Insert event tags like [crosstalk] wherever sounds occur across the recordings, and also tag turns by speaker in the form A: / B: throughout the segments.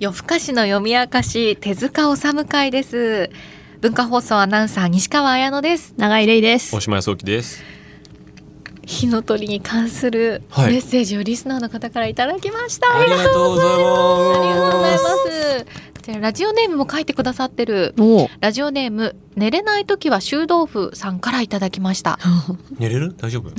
A: 夜更かしの読み明かし手塚治虫会です文化放送アナウンサー西川彩乃です
B: 長井玲です
C: 大島康幸です。
A: 火の鳥に関する
C: はい
A: メッセージをリスナーの方からいただきました、
C: ありがとうございま
A: あり
C: す。
A: がとうございますこちらラジオネームも書いてくださってる
B: お
A: ラジオネーム寝れない時は修道府さんからいただきました
C: 寝れる？大丈夫？こ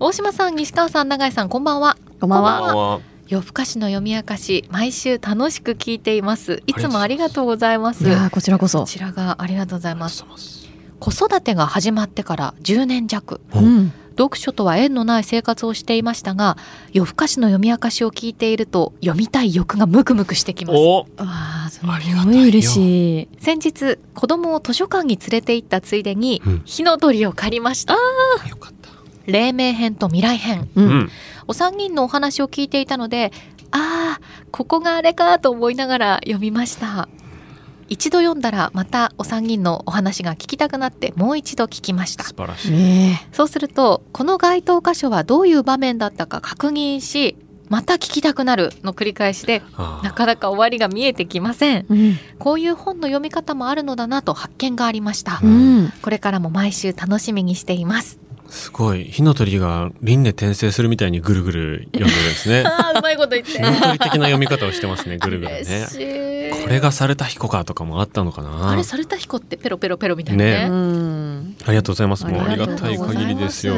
A: 大島さん西川さん永井さんこんばんは
B: こんばんは
A: こんばん
C: は。
A: 夜更かしの読み明かし毎週楽しく聞いていますいつもあ
C: あ
A: り
C: り
A: が
C: が
A: とうございます
B: いやーこちらこそ
A: こちらがありがとうござい
C: あり
A: ま
C: が
A: す
C: とうございます。
A: 子育てが始まってから10年弱
C: お
B: ん、
A: 読書とは縁のない生活をしていましたが夜更かしの読み明かしを聞いていると読みたい欲がムクムクしてきます
C: お、
B: わあす
C: ありがた
B: ご
C: い
B: い
C: よ
B: 嬉しい
A: 先日子供を図書館に連れて行ったついでに
C: うん
A: 火の鳥を借りました
C: よかった。
A: 黎明編と未来編
B: う、
C: うんん。
A: お三人のお話を聞いていたのでああここがあれかと思いながら読みました一度読んだらまたお三人のお話が聞きたくなってもう一度聞きました
C: 素晴らしい。
B: ええ
A: そうするとこの該当箇所はどういう場面だったか確認しまた聞きたくなるの繰り返しで
C: あ
A: なかなか終わりが見えてきません
B: うん
A: こういう本の読み方もあるのだなと発見がありました
B: うん
A: これからも毎週楽しみにしています。
C: ーすごい。火の鳥が輪廻転生するみたいにぐるぐる読んでるんです [laughs] ね
A: ああうまいこと言って
C: 火の鳥的な読み方をしてますね。ぐるぐるね。
A: ね
C: これが猿田彦かとかもあったのかな。
A: あ
C: あ
A: れ
C: り
A: サルタヒコってペロペロペロみたいなね
C: う
B: うん
C: がとうございます。もうあ
B: あ
C: り
B: り
C: が
B: がとうご
C: た
B: ざい
C: い
B: ます
C: 限りですよ。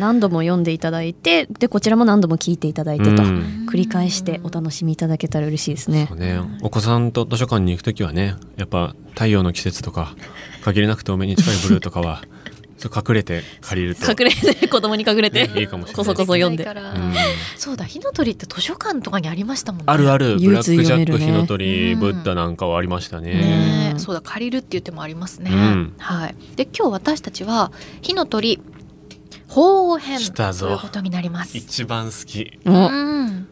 B: 何度も読んでいただいてでこちらも何度も聞いていただいてと、
C: うん
B: 繰り返してお楽しみいただけたら嬉しいですね
C: そうね、お子さんと図書館に行くときはねやっぱ太陽の季節とか限りなく透明に近いブルーとかはちょっと隠れて借りると
B: 隠れて子供に隠れて
C: ねいいかもしれない
B: こそこそ読んで
A: きないから
C: うん
A: そうだ火の鳥って図書館とかにありましたもんね
C: あるある、ブ
B: 唯
C: ラ
B: 一
C: ックジャック、
B: 読めるね
C: 火の鳥、
A: うん
C: ブッダなんかはありましたね。
A: ね
B: う
A: え、
B: ん
A: そうだ借りるって言ってもありますね。
C: うん
A: はい。で今日私たちは火の鳥鳳凰編
C: 来たぞ
A: ということになります。
C: 一番好き。
A: う
B: お
A: ん。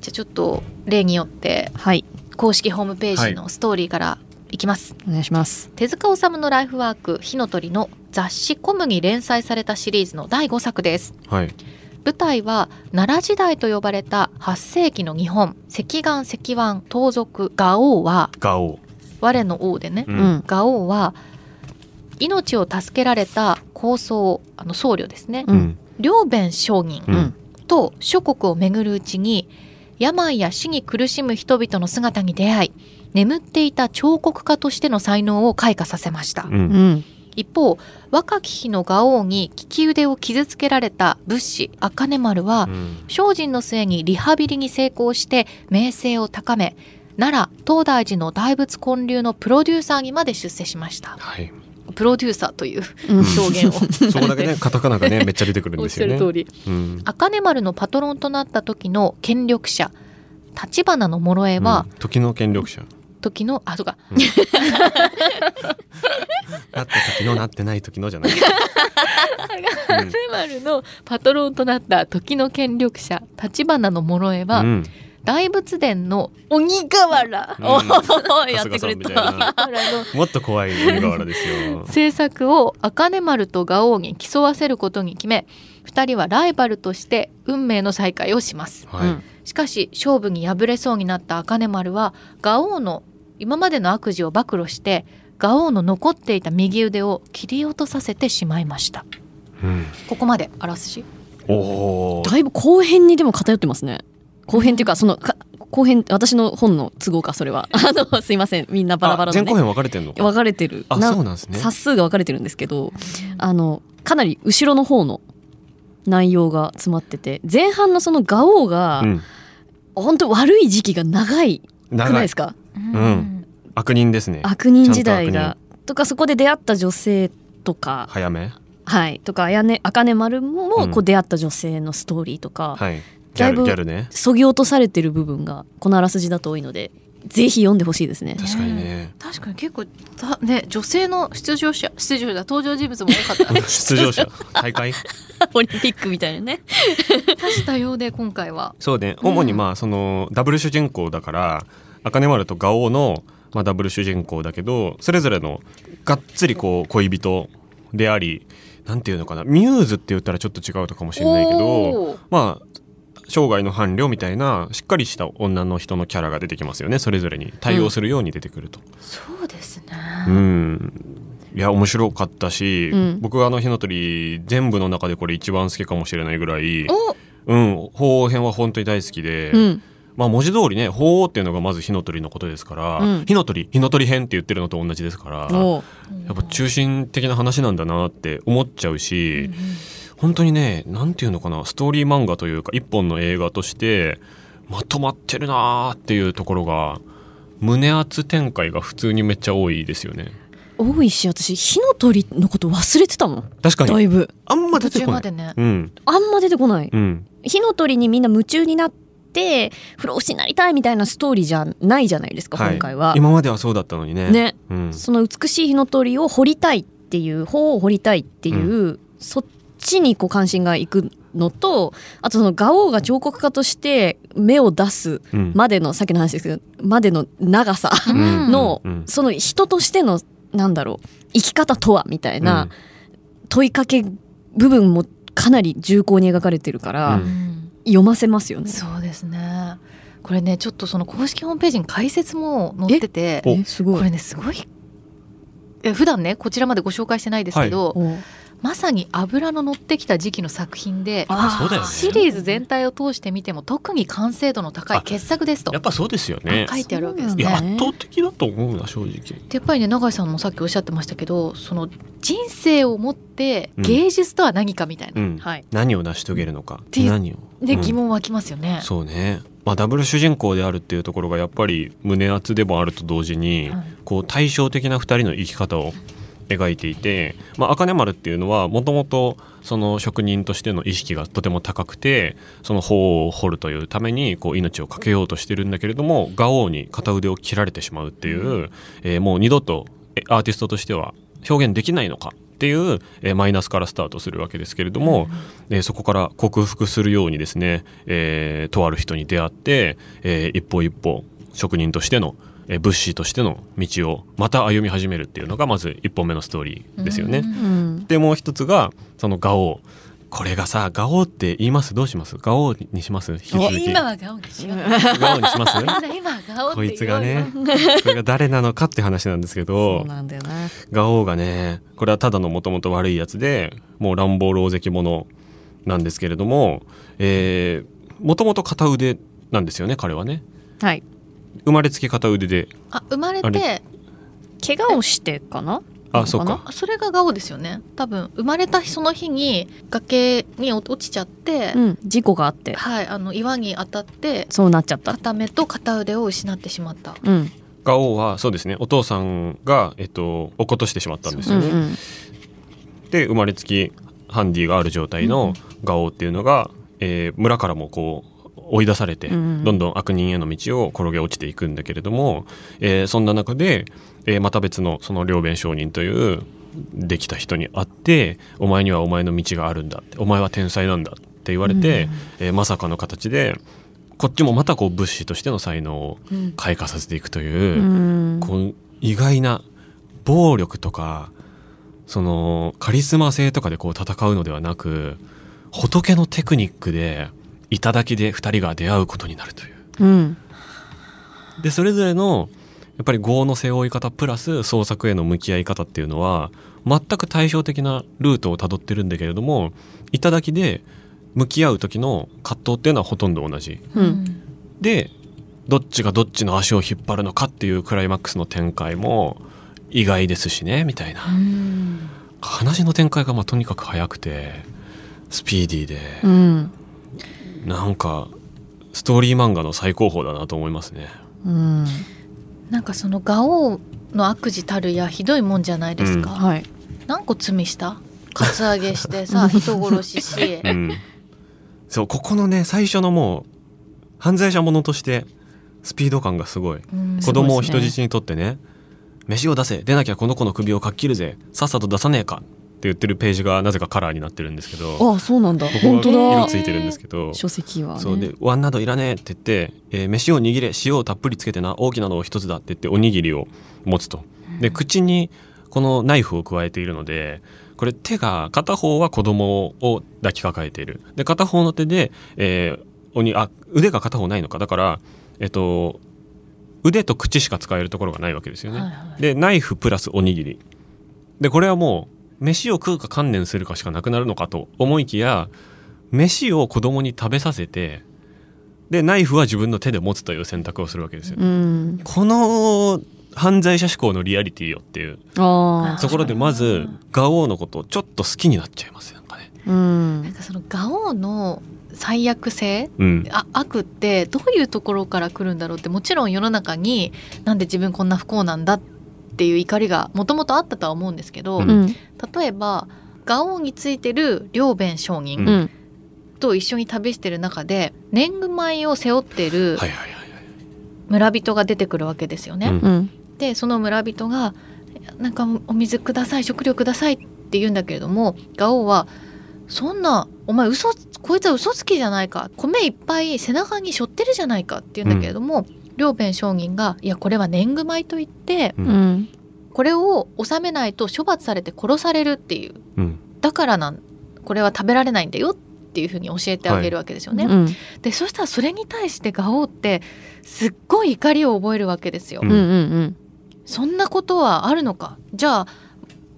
A: じゃあちょっと例によって
B: はい
A: 公式ホームページのストーリーからいきます。
B: お願いします
A: 手塚治虫のライフワーク火の鳥の雑誌コムに連載されたシリーズの第5作です。
C: はい。
A: 舞台は奈良時代と呼ばれた8世紀の日本石岩石腕盗賊ガオは
C: ガオ。
A: 我の王でね
C: う
B: うんん
A: ガオは命を助けられた高僧あの僧侶ですね
B: う
C: うん。
A: 両弁商人
C: うん
B: うん
A: と諸国を巡るうちに病や死に苦しむ人々の姿に出会い眠っていた彫刻家としての才能を開花させました
C: うん
B: うん
A: 一方若き日のガオに利き腕を傷つけられた仏師茜丸は
C: うん
A: 精進の末にリハビリに成功して名声を高め奈良東大寺の大仏建立のプロデューサーにまで出世しました
C: はい。
A: プロデューサーという
B: うん
A: 表現を [laughs]
C: そこだけ [laughs] ね、カタカナがね、めっちゃ出てくるん
A: おっ
C: で
A: し
C: す
A: ゃる
C: よね。
A: 通り
C: うん。
A: 茜丸のパトロンとなった時の権力者橘の諸江は
C: うん、時の権力者。
A: 時のあそうか
C: なった時の、なってない時のじゃ
B: [laughs]
C: ない。
A: 茜丸のパトロンとなった時の権力者橘の諸江は、
C: うん。
A: 大仏殿の鬼瓦、
C: うん
A: おー [laughs] や
C: 春
A: って
C: 日
A: く
C: さ
A: れ
C: んみたい
A: た
C: な。
A: 瓦の
C: もっと怖い鬼瓦ですよ。
A: 制作を茜丸とガオに競わせることに決め2人はライバルとして運命の再会をします
C: はい。
A: しかし勝負に敗れそうになった茜丸はガオの今までの悪事を暴露してガオの残っていた右腕を切り落とさせてしまいました
C: うん。
A: ここまであらすじ
C: おお。
B: だいぶ後編にでも偏ってますね後編っていうかそのか後編私の本の都合かそれは [laughs] あのすいませんみんなバラバラ
C: あ
B: の、
C: 前後
B: ね、
C: 編分かれてんのか。
B: 分かれてる
C: あ、
B: な
C: そうなんですね。
B: 冊数が分かれてるんですけどあのかなり後ろの方の内容が詰まってて前半のそのガオが、
C: うん。
B: 本当悪い時期が長いくない
C: 長
B: で
C: い
B: す。か
C: ん悪人ですね。
B: 悪人時代
C: ちゃんと
B: がとかそこで出会った女性とか
C: 早め。
B: はいとかあやね茜丸
C: う
B: も
C: ん
B: こう出会った女性のストーリーとか、
C: はい。ギ
B: だ
C: ャ
B: いぶ
C: ル、ギャルね。
B: そぎ落とされてる部分がこのあらすじだと多いのでぜひ読んでほしいですね。 [laughs]
C: 確かにね。
A: 確かに結構だね女性の出場者出場者登場人物も多か
C: [laughs]
A: ったね
C: 出場者。大会。
B: オリンピックみたいなね。
A: 多種多様で今回は
C: そうね
A: うん
C: 主にまあそのダブル主人公だから茜丸とガオの、まあ、ダブル主人公だけどそれぞれのがっつりこう恋人でありなんていうのかなミューズって言ったらちょっと違うのかもしれないけど
A: おー
C: まあ生涯の伴侶みたいなしっかりした女の人のキャラが出てきますよねそれぞれに対応するように出てくると。
A: そうですね。
C: うんいや面白かったし、
B: うん
C: 僕はあの火の鳥全部の中でこれ一番好きかもしれないぐらい、
A: お、
C: うん、鳳凰編は本当に大好きで、
B: うん
C: まあ文字通りね鳳凰っていうのがまず火の鳥のことですから、
B: うん
C: 火の鳥火の鳥編って言ってるのと同じですからや
B: おう
C: っぱ中心的な話なんだなって思っちゃう
A: うんう
C: し
A: ん、
C: 本当にねなんていうのかなストーリー漫画というか一本の映画としてまとまってるなーっていうところが胸圧展開が普通にめっちゃ多いですよね
B: 多いし私火の鳥のこと忘れてたもん
C: 確か
B: だ
C: に
B: いぶ
C: あんま出
A: 途
C: て
A: 中
C: こな
A: ま
C: い、
A: でね。
C: うん
B: あんま出てこない
C: うん
B: 火の鳥にみんな夢中になって不老不死になりたいみたいなストーリーじゃないじゃないですか、
C: はい
B: 今回は。
C: 今まではそうだったのにね
B: ね、
C: うん、
B: その美しい火の鳥を掘りたいっていう方を掘りたいっていう、そっちにこう関心がいくのとあとそのガオが彫刻家として目を出す
C: うん
B: までのさっきの話ですけどまでの長さ、
A: うん
B: の
C: うん
B: その人としてのなんだろう生き方とはみたいな問いかけ部分もかなり重厚に描かれてるから、
C: う
A: うんん
B: 読ませますよね。
A: そうですね。これね、ちょっとその公式ホームページに解説も載ってて、
C: お
B: えすご
A: こ
B: い
A: れねすごい。え普段ねこちらまでご紹介してないですけど、
B: お
A: まさに油の乗ってきた時期の作品で
C: あそうだよね
A: シリーズ全体を通して見ても特に完成度の高い傑作ですと
C: やっぱそうですよね
A: 書いてあるわけです
C: い
A: ね。
C: や
B: そうなんだね
C: 圧倒的だと思うな正直
A: でやっぱりね永井さんもさっきおっしゃってましたけどその人生をもって
C: うん
A: 芸術とは何かみたいな、
C: うん
B: はい、
C: 何を成し遂げるのか
A: ていう
C: 何を
A: で
C: うん
A: 疑問湧きますよね。
C: そうね、まあ、ダブル主人公であるっていうところがやっぱり胸厚でもあると同時に、
A: はい
C: こう対照的な2人の生き方を描いていて、まあ、茜丸っていうのはもともとその職人としての意識がとても高くてその法を掘るというためにこう命を懸けようとしてるんだけれどもガオに片腕を切られてしまうっていう、えーもう二度とえアーティストとしては表現できないのかっていう、えーマイナスからスタートするわけですけれども、えーそこから克服するようにですね、えーとある人に出会って、えー一歩一歩職人としての、えー物資としての道をまた歩み始めるっていうのがまず一本目のストーリーですよね。
A: うん
B: うん、
C: でもう一つがそのガオこれがさガオって言いますどうしますガオにします引き続き
A: 今
C: ガ
A: は顔 [laughs] にしよう。
C: オにします
A: みんな今は顔って言おうよ
C: こいつがね。これが誰なのかって話なんですけ
B: そ
C: ど
B: うなんだよな、
C: ガオがねこれはただのもともと悪いやつでもう乱暴狼藉者なんですけれどももともと片腕なんですよね彼はね
B: はい、
C: 生まれつき片腕で
A: あ生まれて
C: あれ
B: 怪我をしてかな
C: あそう
B: なの
C: か
A: それが顔ですよね。多分生まれた日その日に崖に落ちちゃって、
B: うん、事故があって
A: はいあの岩に当たって
B: そうなっちゃった、
A: 片目と片腕を失ってしまった。
B: うん
C: ガオはそうですねお父さんが、えっと、落っことしてしまったんですよ
B: うん
C: ね、
B: うん、
C: で生まれつきハンディがある状態のガオっていうのが、えー村からもこう追い出されて、
B: うんうん
C: どんどん悪人への道を転げ落ちていくんだけれども、えーそんな中で、えーまた別のその両弁商人というできた人に会って「お前にはお前の道があるんだ」って「お前は天才なんだ」って言われて、えーまさかの形でこっちもまたこう物資としての才能を開花させていくという。
B: うん
C: こう意外な暴力とかそのカリスマ性とかでこう戦うのではなく仏のテクニックで頂きで2人が出会うことになるという。
B: うん
C: でそれぞれのやっぱり業の背負い方プラス創作への向き合い方っていうのは全く対照的なルートをたどってるんだけれども頂きで向き合う時の葛藤っていうのはほとんど同じ。
B: うん
C: でどっちがどっちの足を引っ張るのかっていうクライマックスの展開も意外ですしねみたいな
A: うん
C: 話の展開がまあとにかく早くてスピーディーで、
B: うん
C: なんかストーリー漫画の最高峰だなと思いますね。
B: うん
A: なんかそのガオの悪事たるやひどいもんじゃないですか。
B: はい
A: 何個罪したカツアゲしてさ人殺しし
C: [laughs] う、ん、そうここのね最初のもう犯罪者ものとしてスピード感がすごい
A: うん
C: 子供を
B: す
C: 人
B: ごいですね
C: 質にとってね飯を出せ出なきゃこの子の首をかっきるぜさっさと出さねえかって言ってるページがなぜかカラーになってるんですけど
B: あそうなんだ
C: ここが
B: 本当
C: 色
B: だ
C: ついてるんですけど、
B: 書籍は、ね、
C: そうで「ワンなどいらねえ」って言って、えー飯を握れ塩をたっぷりつけてな大きなのを一つだ」って言っておにぎりを持つとで口にこのナイフを加えているのでこれ手が片方は子供を抱きかかえているで片方の手で、えーにあ腕が片方ないのかだから、えっと、腕と口しか使えるところがないわけですよね、
B: はいはい
C: でナイフプラスおにぎりでこれはもう飯を食うか観念するかしかなくなるのかと思いきや飯を子供に食べさせてでナイフは自分の手で持つという選択をするわけですよ、
B: うん、
C: この犯罪者思考のリアリティよっていう
B: ああ
C: ところでまずガオーのことをちょっと好きになっちゃいますよなんかね
B: うん
A: なんかそのガオの最悪性
C: うん
A: あ悪ってどういうところから来るんだろうってもちろん世の中になんで自分こんな不幸なんだっていう怒りがもともとあったとは思うんですけど、
C: うん
B: うん
A: 例えばガオについてる両弁商
C: うん
A: 人
B: うん
A: と一緒に旅してる中で年貢米を背負ってる
C: はいはいはいはい
A: 村人が出てくるわけですよね。
C: うん
B: うん
A: でその村人が「なんかお水ください食料ください」って言うんだけれどもガオは「そんなお前嘘こいつは嘘つきじゃないか米いっぱい背中に背負ってるじゃないか」って言うんだけれども、両弁商人が「いやこれは年貢米と言って
C: う
B: うんん
A: これを納めないと処罰されて殺されるっていう
C: うん
A: だからなんこれは食べられないんだよ」っていうふうに教えてあげるわけですよね。
B: うん
A: でそしたらそれに対してガオってすっごい怒りを覚えるわけですよ。
C: うん
B: うんうん
A: そんなことはあるのかじゃあ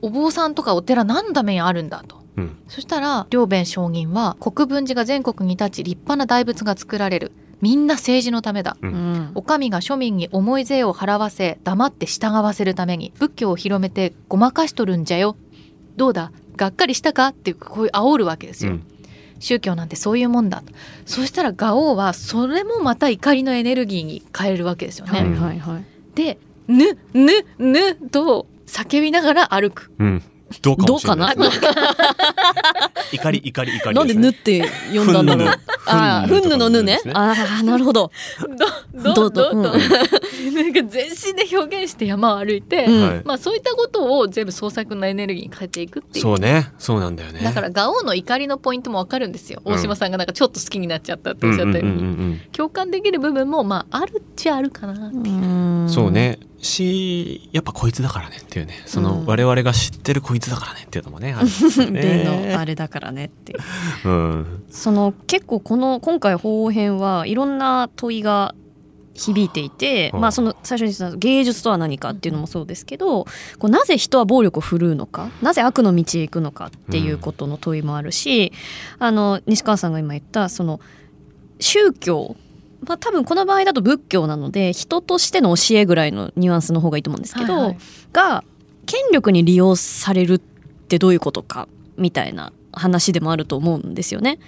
A: お坊さんとかお寺何のためにあるんだと。
C: うん
A: そしたら両弁商人は国分寺が全国に立ち立派な大仏が作られるみんな政治のためだ
C: う
B: うん
A: お上が庶民に重い税を払わせ黙って従わせるために仏教を広めてごまかしとるんじゃよどうだがっかりしたかってこういう煽るわけですよ、
C: うん
A: 宗教なんてそういうもんだそしたらガオはそれもまた怒りのエネルギーに変えるわけですよね、
B: はいはいはい
A: で「ぬぬぬ」と叫びながら歩く
C: うんどうかもしれない
B: どう
C: 怒り怒り怒り
B: なんで「ぬ」って呼んだんだろうああ
C: ふん
B: ふん
C: ぬ
B: ぬ
C: の
B: の
C: ぬ
B: ぬ
C: で
B: ね
C: すね
B: ああなるほど
A: ど
B: ど
A: ど
B: うどう
A: ど
B: うん
A: [laughs] なんか全身で表現して山を歩いて、
B: うん
C: はい
A: まあそういったことを全部創作のエネルギーに変えていくっていう
C: そうねそうなんだよね
A: だからガオの怒りのポイントもわかるんですよ、
C: うん
A: 大島さんがなんかちょっと好きになっちゃったって
C: うん
A: おっし
C: うんう
A: ゃ
C: ん
A: っ
C: う
A: たように、
C: ん
A: 共感できる部分もまああるっちゃあるかな、
C: そうねしやっぱこいつだからねっていうねその、
B: うん
C: 我々が知ってるこいつだからねっていうのもねあるんですよ
B: [laughs] っていうのあ
C: ね。
B: れだからねっていう
C: うん
B: その結構この今回法王編はいろんな問いが響いていて、
C: うん
B: まあ、その最初に言った芸術とは何かっていうのもそうですけどこうなぜ人は暴力を振るうのかなぜ悪の道へ行くのかっていうことの問いもあるし、あの西川さんが今言ったその宗教まあ多分この場合だと仏教なので人としての教えぐらいのニュアンスの方がいいと思うんですけど、
A: はいはい
B: が権力に利用されるってどういうことかみたいな話でもあると思うんですよね。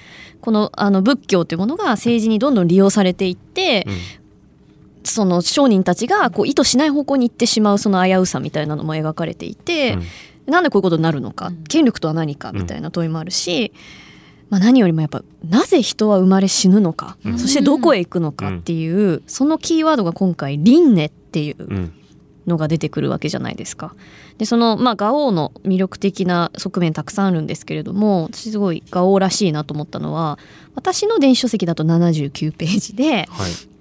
B: このあの仏教というものが政治にどんどん利用されていってその商人たちがこう意図しない方向に行ってしまうその危うさみたいなのも描かれていて、なんでこういうことになるのか、
A: うん
B: 権力とは何かみたいな問いもあるし、まあ、何よりもやっぱなぜ人は生まれ死ぬのか、
C: うん
B: そしてどこへ行くのかっていう、そのキーワードが今回「輪廻」っていう
C: うんうん
B: のが出てくるわけじゃないですか。でそのまあガオーの魅力的な側面たくさんあるんですけれども私すごいガオーらしいなと思ったのは私の電子書籍だと79ページで
C: はい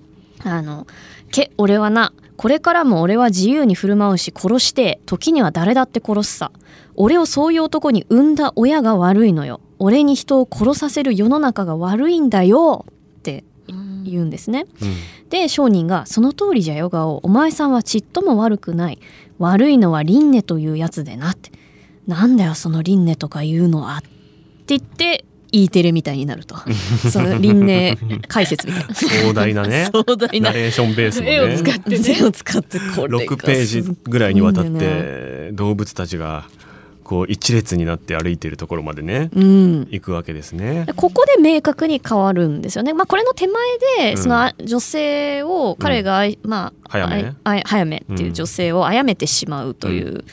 B: 「あのけ俺はなこれからも俺は自由に振る舞うし殺して時には誰だって殺すさ俺をそういう男に産んだ親が悪いのよ俺に人を殺させる世の中が悪いんだよ」って言うんですね。
C: うん
B: で商人が「その通りじゃよガオお前さんはちっとも悪くない悪いのは輪廻というやつでな」って「なんだよその輪廻とか言うのは」って言って E テレみたいになるとその輪廻解説みたいな
C: [laughs] 壮大な
B: [laughs]
C: ね
B: 壮大
C: ナ
B: な
C: レーションベースの
A: 絵を使っ
C: ね
A: てね
B: 手を使ってこれが
C: 6ページぐらいにわたっ
B: すごいんだよね
C: て動物たちがこう一列になって歩いているところまでね
B: うん
C: 行くわけですね。
B: ここで明確に変わるんですよね。まあ、これの手前で、
C: うん
B: そのあ女性を彼があい、まあ、
C: 早めね
B: あいあい早めっていう女性を殺めてしまうという、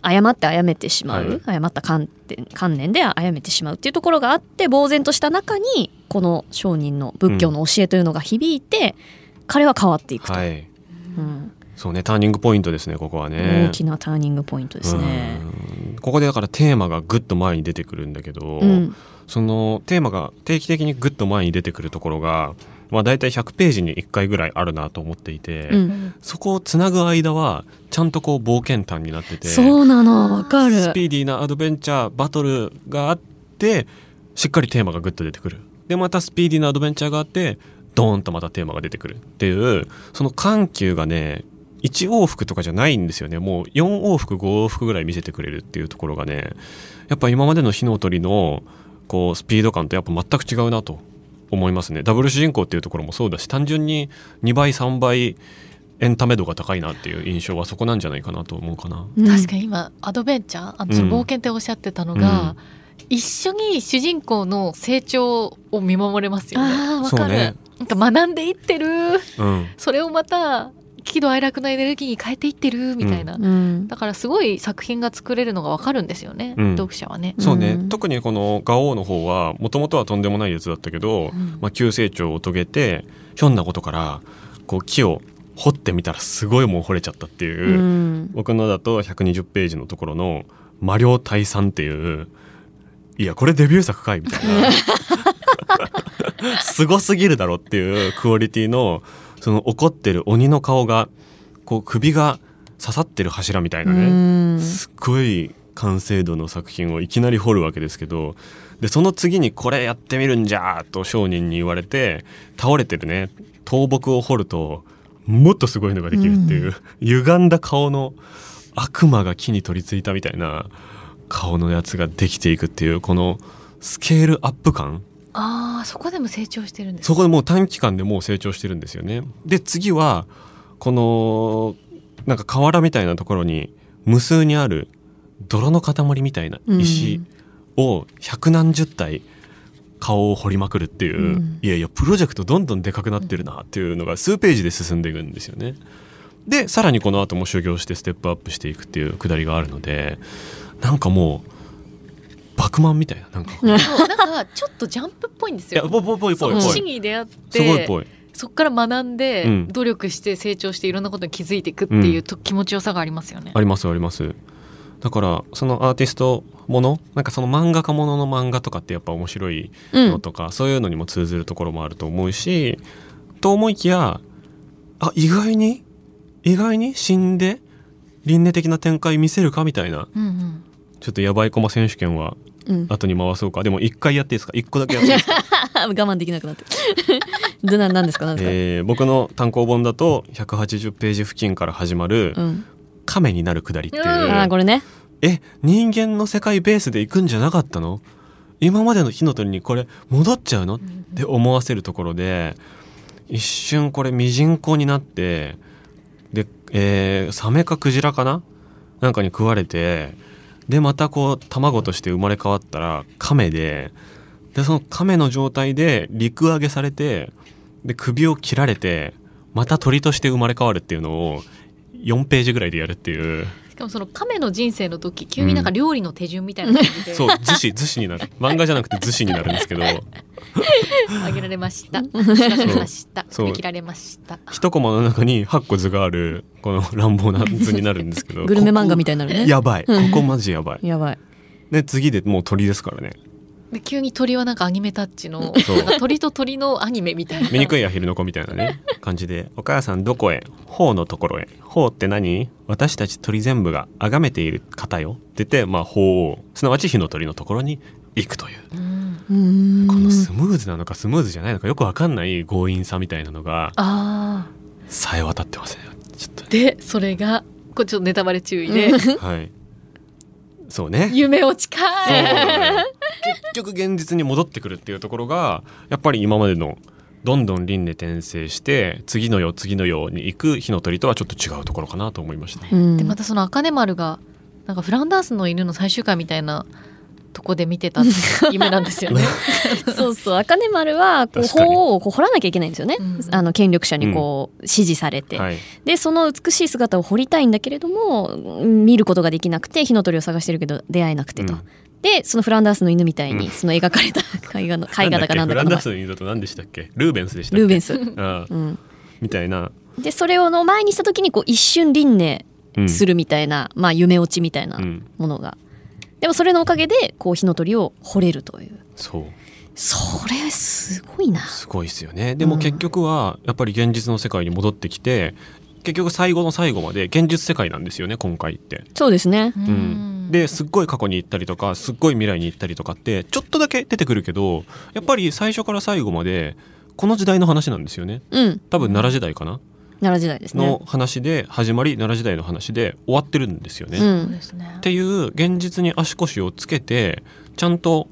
B: 誤って殺めてしまう、
C: はい
B: 誤った観点観念で殺めてしまうっていうところがあって呆然とした中にこの商人の仏教の教えというのが響いて、彼は変わっていくと、
C: はい
B: うん
C: そうねターニングポイントですねここはね。
B: 大きなターニングポイントですね。
C: うんここでだからテーマがぐっと前に出てくるんだけど、
B: うん
C: そのテーマが定期的にぐっと前に出てくるところが、まあ、大体100ページに1回ぐらいあるなと思っていて、
B: うん
C: そこをつなぐ間はちゃんとこう冒険譚になってて
B: そうなのわか
C: ス
B: る
C: ピーディーなアドベンチャーバトルがあってしっかりテーマがぐっと出てくるでまたスピーディーなアドベンチャーがあってドーンとまたテーマが出てくるっていうその緩急がね1往復とかじゃないんですよねもう4往復5往復ぐらい見せてくれるっていうところがねやっぱ今までの火の鳥のこうスピード感とやっぱ全く違うなと思いますねダブル主人公っていうところもそうだし単純に2倍3倍エンタメ度が高いなっていう印象はそこなんじゃないかなと思うかな。
A: 確か
B: に
A: に今アドベンチャーあの
C: うん
A: その冒険っておっしゃってたのが、一緒に主人公の成長を見守れますよね。
B: ああわかる、
A: なんか学んでいってる
C: そうね、うん
A: それをまた喜怒哀楽のエネルギーに変えていってるみたいな、
B: うん
A: だからすごい作品が作れるのがわかるんですよね、
C: うん
A: 読者はね。
C: そうね、
B: うん
C: 特にこのガオーの方はもともとはとんでもないやつだったけ
A: う
C: ど、
A: ん
C: まあ、急成長を遂げてひょんなことからこう木を掘ってみたらすごいもう掘れちゃったっていう
B: う、ん
C: 僕のだと120ページのところの「魔量退散」っていういやこれデビュー作かいみたい
B: [laughs]
C: なすごすぎるだろっていうクオリティのその怒ってる鬼の顔がこう首が刺さってる柱みたいなね、
B: うん
C: すっごい完成度の作品をいきなり掘るわけですけどでその次に「これやってみるんじゃ!」と商人に言われて倒れてるね倒木を掘るともっとすごいのができるっていう、歪んだ顔の悪魔が木に取り付いたみたいな顔のやつができていくっていうこのスケールアップ感
A: ああそこでも成長してるんです
C: そこでもう短期間でもう成長してるんですよね。で次はこのなんか河原みたいなところに無数にある泥の塊みたいな石を百何十体顔を掘りまくるっていう、
B: うん
C: いやいやプロジェクトどんどんでかくなってるなっていうのが数ページで進んでいくんですよね。でさらにこの後も修行してステップアップしていくっていうくだりがあるのでなんかもうバクマンみたいななんか。
A: そうなんかちょっとジャンプっぽいんです
C: いや
A: よ。
C: ぽいぽいぽいぽ
A: そ
C: いぽ
A: の
C: い。
A: 死
C: す
A: に出会って
C: ごいぽい。
A: そこから学んで、
C: うん
A: 努力して成長していろんなことに気づいていくっていうと、気持ちよさがありますよね。
C: ありますありますだからそのアーティストものなんかその漫画家ものの漫画とかってやっぱ面白いのとか、そういうのにも通ずるところもあると思うしと思いきやあ意外に意外に死んで輪廻的な展開見せるかみたいな
A: うんうん、
C: ちょっとやばい駒選手権は
B: うん、
C: 後に回そうかでも一回やっていいですか一個だけやっていいですか
B: [laughs] 我慢できなくなって [laughs] るななんですかなんですか、
C: えー僕の単行本だと180ページ付近から始まる
B: うん、
C: 「亀になるくだり」っていう、
A: うん
B: ああこれね
C: え人間の世界ベースで行くんじゃなかったの今までの火の鳥にこれ戻っちゃうのって思わせるところで一瞬これミジンコになってで、えーサメかクジラかななんかに食われてでまたこう卵として生まれ変わったら亀ででその亀の状態で陸揚げされてで首を切られてまた鳥として生まれ変わるっていうのを4ページぐらいでやるっていう。
A: しかもその亀の人生の時急になんか料理の手順みたいな感じで
C: そう、図紙、図紙になる。漫画じゃなくて図紙になるん
B: [laughs]
C: ですけど、
A: あげられま [laughs] した知らせました
C: そう
A: 首切られました
C: 一コマの中に8個図がある、この [laughs] 乱暴な図になるんですけど。
B: [laughs] グルメ漫画み
C: た
B: たいになるね
C: やばい。ここマジやばい。
B: やばい
C: で、次でもう鳥ですからね。
A: で急に鳥はなんかアニメタッチの
C: そう
A: なんか鳥と鳥のアニメみたいな
C: 醜いアヒルの子みたいなね、感じで。お母さんどこへ頬のところへ。頬って何私たち鳥全部が崇めている方よ。って言って、まあ、頬を、すなわち火の鳥のところに行くという。
A: うん
B: うーん
C: このスムーズなのかスムーズじゃないのかよくわかんない強引さみたいなのが、
A: あ
C: さえ渡ってますね。ちょっと
A: ーでそれがこれちょっとネタバレ注意で
C: [laughs] はい。そうね。
A: 夢を近
C: そう
A: い
C: 結局現実に戻ってくるっていうところがやっぱり今までのどんどん輪廻転生して次の世次の世に行く火の鳥とはちょっと違うところかなと思いました。
B: うん
A: でまたその茜丸がなんかフランダースの犬の最終回みたいなとこで見てた
C: [laughs]
A: っていう夢なんですよね
B: そうそう茜丸はこう
C: 確かに
B: 頬をこう掘らなきゃいけないんですよね、
A: うん
B: あの権力者にこう指示されて、
C: はい、
B: でその美しい姿を掘りたいんだけれどもうん見ることができなくて火の鳥を探してるけど出会えなくてと、
C: うん
B: でそのフランダースの犬みたいうに
C: ん
B: その描かれた [laughs] 絵画の絵画だかなん
C: フ
B: だか
C: ラン
B: の
C: ダースの犬だと何でしたっけルーベンスでしたっけ
B: ルーベン
C: [laughs]
B: ス、
C: ああ
B: うん、
C: みたいな、
B: でそれをの前にした時にこう一瞬輪廻
C: うん、
B: するみたいな、まあ夢落ちみたいな
C: うん、
B: ものが、でもそれのおかげでこう火の鳥を掘れるという
C: そう
B: それすごいな
C: すごいですよねで
B: う
C: も
B: ん
C: 結局はやっぱり現実の世界に戻ってきて結局最後の最後まで現実世界なんですよね今回って。
B: そうですね
A: うん
C: ですっごい過去に行ったりとかすっごい未来に行ったりとかってちょっとだけ出てくるけどやっぱり最初から最後までこの時代の話なんですよね
B: うん
C: 多分奈良時代かな、
B: 奈良時代ですね
C: の話で始まり奈良時代の話で終わってるんですよね。
B: う
C: っ
A: そうで
B: ん
A: すね
C: ていう現実に足腰をつけてちゃんと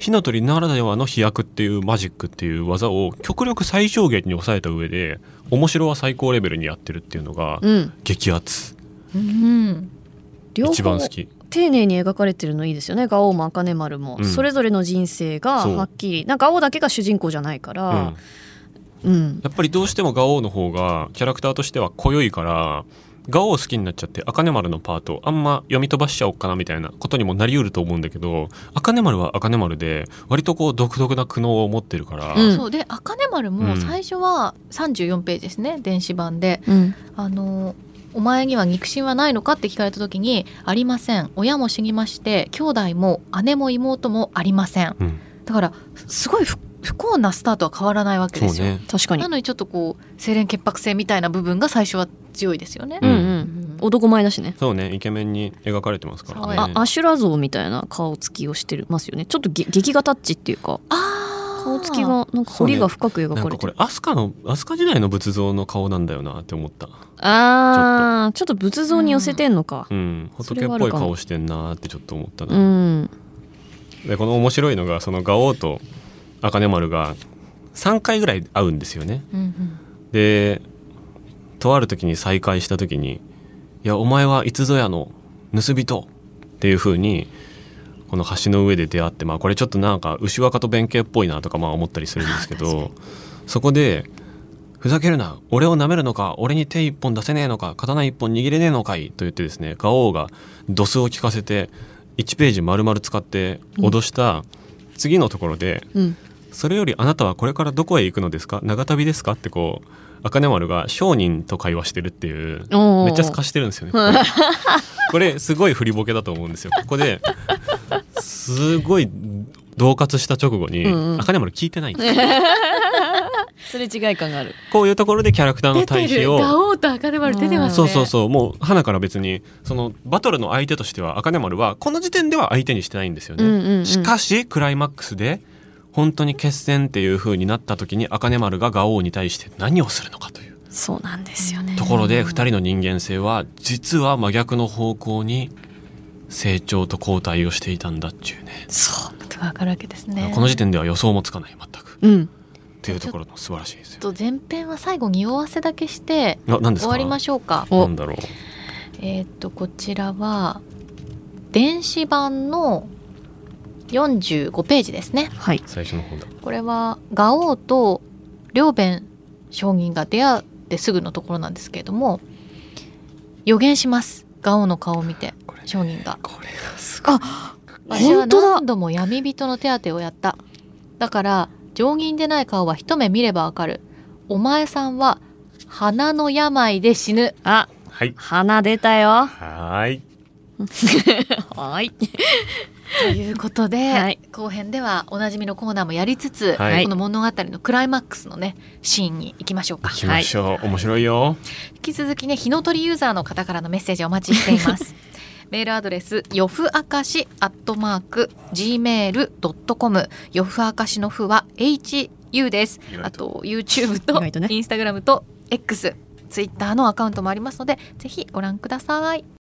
C: 火の鳥ならではの飛躍っていうマジックっていう技を極力最小限に抑えた上で面白は最高レベルにやってるっていうのが
B: うん
C: 激アツ
A: うん
B: 両
C: 一番
B: 方
C: 好き。
B: 丁寧に描かれてるのいいですよねガオも茜丸も、
C: うん
B: それぞれの人生が
C: そう
B: はっきりなんかガオだけが主人公じゃないか
C: うん
B: ら、うん
C: やっぱりどうしてもガオーの方がキャラクターとしては濃ゆいからガオー好きになっちゃって茜丸のパートあんま読み飛ばしちゃおっかなみたいなことにもなりうると思うんだけど茜丸は茜丸で割とこう独特な苦悩を持ってるから、
B: うん
A: そうで「茜丸」
C: う
A: も
C: ん
A: 最初は34ページですね電子版で
B: うん
A: あのお前には肉親はないのかって聞かれた時に「ありません親も死にまして兄弟も姉も妹もありません」
C: うん
A: だからすごい不不幸なスタートは変わらないわけ
C: そ
A: で
C: う
A: すよ、
C: ね
B: 確かに
A: なのにちょっとこう清廉潔白性みたいな部分が最初は強いですよね、
B: うんう
A: うんん
B: 男前だしね
C: そうねイケメンに描かれてますからね
A: そ
B: あ
A: う
B: アシュラ像みたいな顔つきをしてるますよねちょっとげ劇画タッチっていうか
A: あー
B: 顔つきがなんか彫りが深く
C: な
B: 描
C: ん
B: か
C: か
B: れ
C: こ
B: て
C: れ
B: る、
C: アスカのアスカ時代の仏像の顔なんだよなって思った
B: ああちょっと仏像に寄せてんのか
C: うん
B: そ
C: 仏
B: れ
C: っ
B: はあ
C: ぽ
B: る
C: い
B: かも
C: 顔してんなーってちょっと思ったな、
B: うん
C: でこの面白いのがそのガオーと茜丸が3回ぐらい会うんですよね
A: うんうん
C: でとある時に再会した時に「いやお前はいつぞやの盗人」っていう風にこの橋の上で出会ってまあこれちょっとなんか牛若と弁慶っぽいなとかまあ思ったりするんですけどそこで「ふざけるな俺を舐めるのか俺に手一本出せねえのか刀一本握れねえのかい」と言ってですねガオーがドスを聞かせて1ページ丸々使って脅した次のところで「
B: うん
C: それよりあなたはこれからどこへ行くのですか長旅ですかってこう茜丸が商人と会話してるっていう
B: おー
C: めっちゃ透かしてるんですよ
B: [laughs]
C: ねこれこれすごい振りぼけだと思うんですよここですごい恫喝した直後に
B: うんうん
C: 茜丸聞いてないんですよ
B: すれ違い感がある
C: こういうところでキャラクターの
A: 出て
C: 対比
A: る
C: を
A: ガオーと茜丸出てますね
C: そうそうそうもう花から別にそのバトルの相手としては茜丸はこの時点では相手にしてないんですよね、
B: うんうんうん
C: しかしクライマックスで本当に決戦っていう風になった時に茜丸がガオーに対して何をするのかという
B: そうなんですよね
C: ところで2人の人間性は実は真逆の方向に成長と後退をしていたんだっちゅうね
B: そ
A: ことがわかるわけですね
C: この時点では予想もつかない全くっ
B: ううん
C: ていうところの素晴らしいですよ
A: ちょっと前編は最後匂わせだけして
C: あ何です
A: 終
C: か
A: わりましょうか
B: お
C: なんだろう
A: えーっとこちらは電子版の45ページですね
B: はい
C: 最初の方だ
A: これはガオウと両弁将軍が出会ってすぐのところなんですけれども予言しますガオウの顔を見て
C: これ
A: 商人が
C: これがす
A: 私は
B: 本当だ
A: 何度も闇人の手当てをやっただから上銀でない顔は一目見ればわかるお前さんは鼻の病で死ぬ
B: あ
C: はい
B: 鼻出たよ
C: は
B: [laughs]
C: ーい
B: はい
A: ということで、
B: はい
A: 後編ではおなじみのコーナーもやりつつ、
C: はい
A: この物語のクライマックスのねシーンに行きましょうか
C: 行きましょう、面白いよ
A: 引き続きね日の鳥ユーザーの方からのメッセージをお待ちしています
B: [laughs]
A: メールアドレスよふあかしアットマーク gmail.com よふあかしのふは HU です
C: 意外
A: あ
C: と
A: と YouTube
B: 意
A: と
B: 外とね
A: Instagram と X ツイッターのアカウントもありますのでぜひご覧ください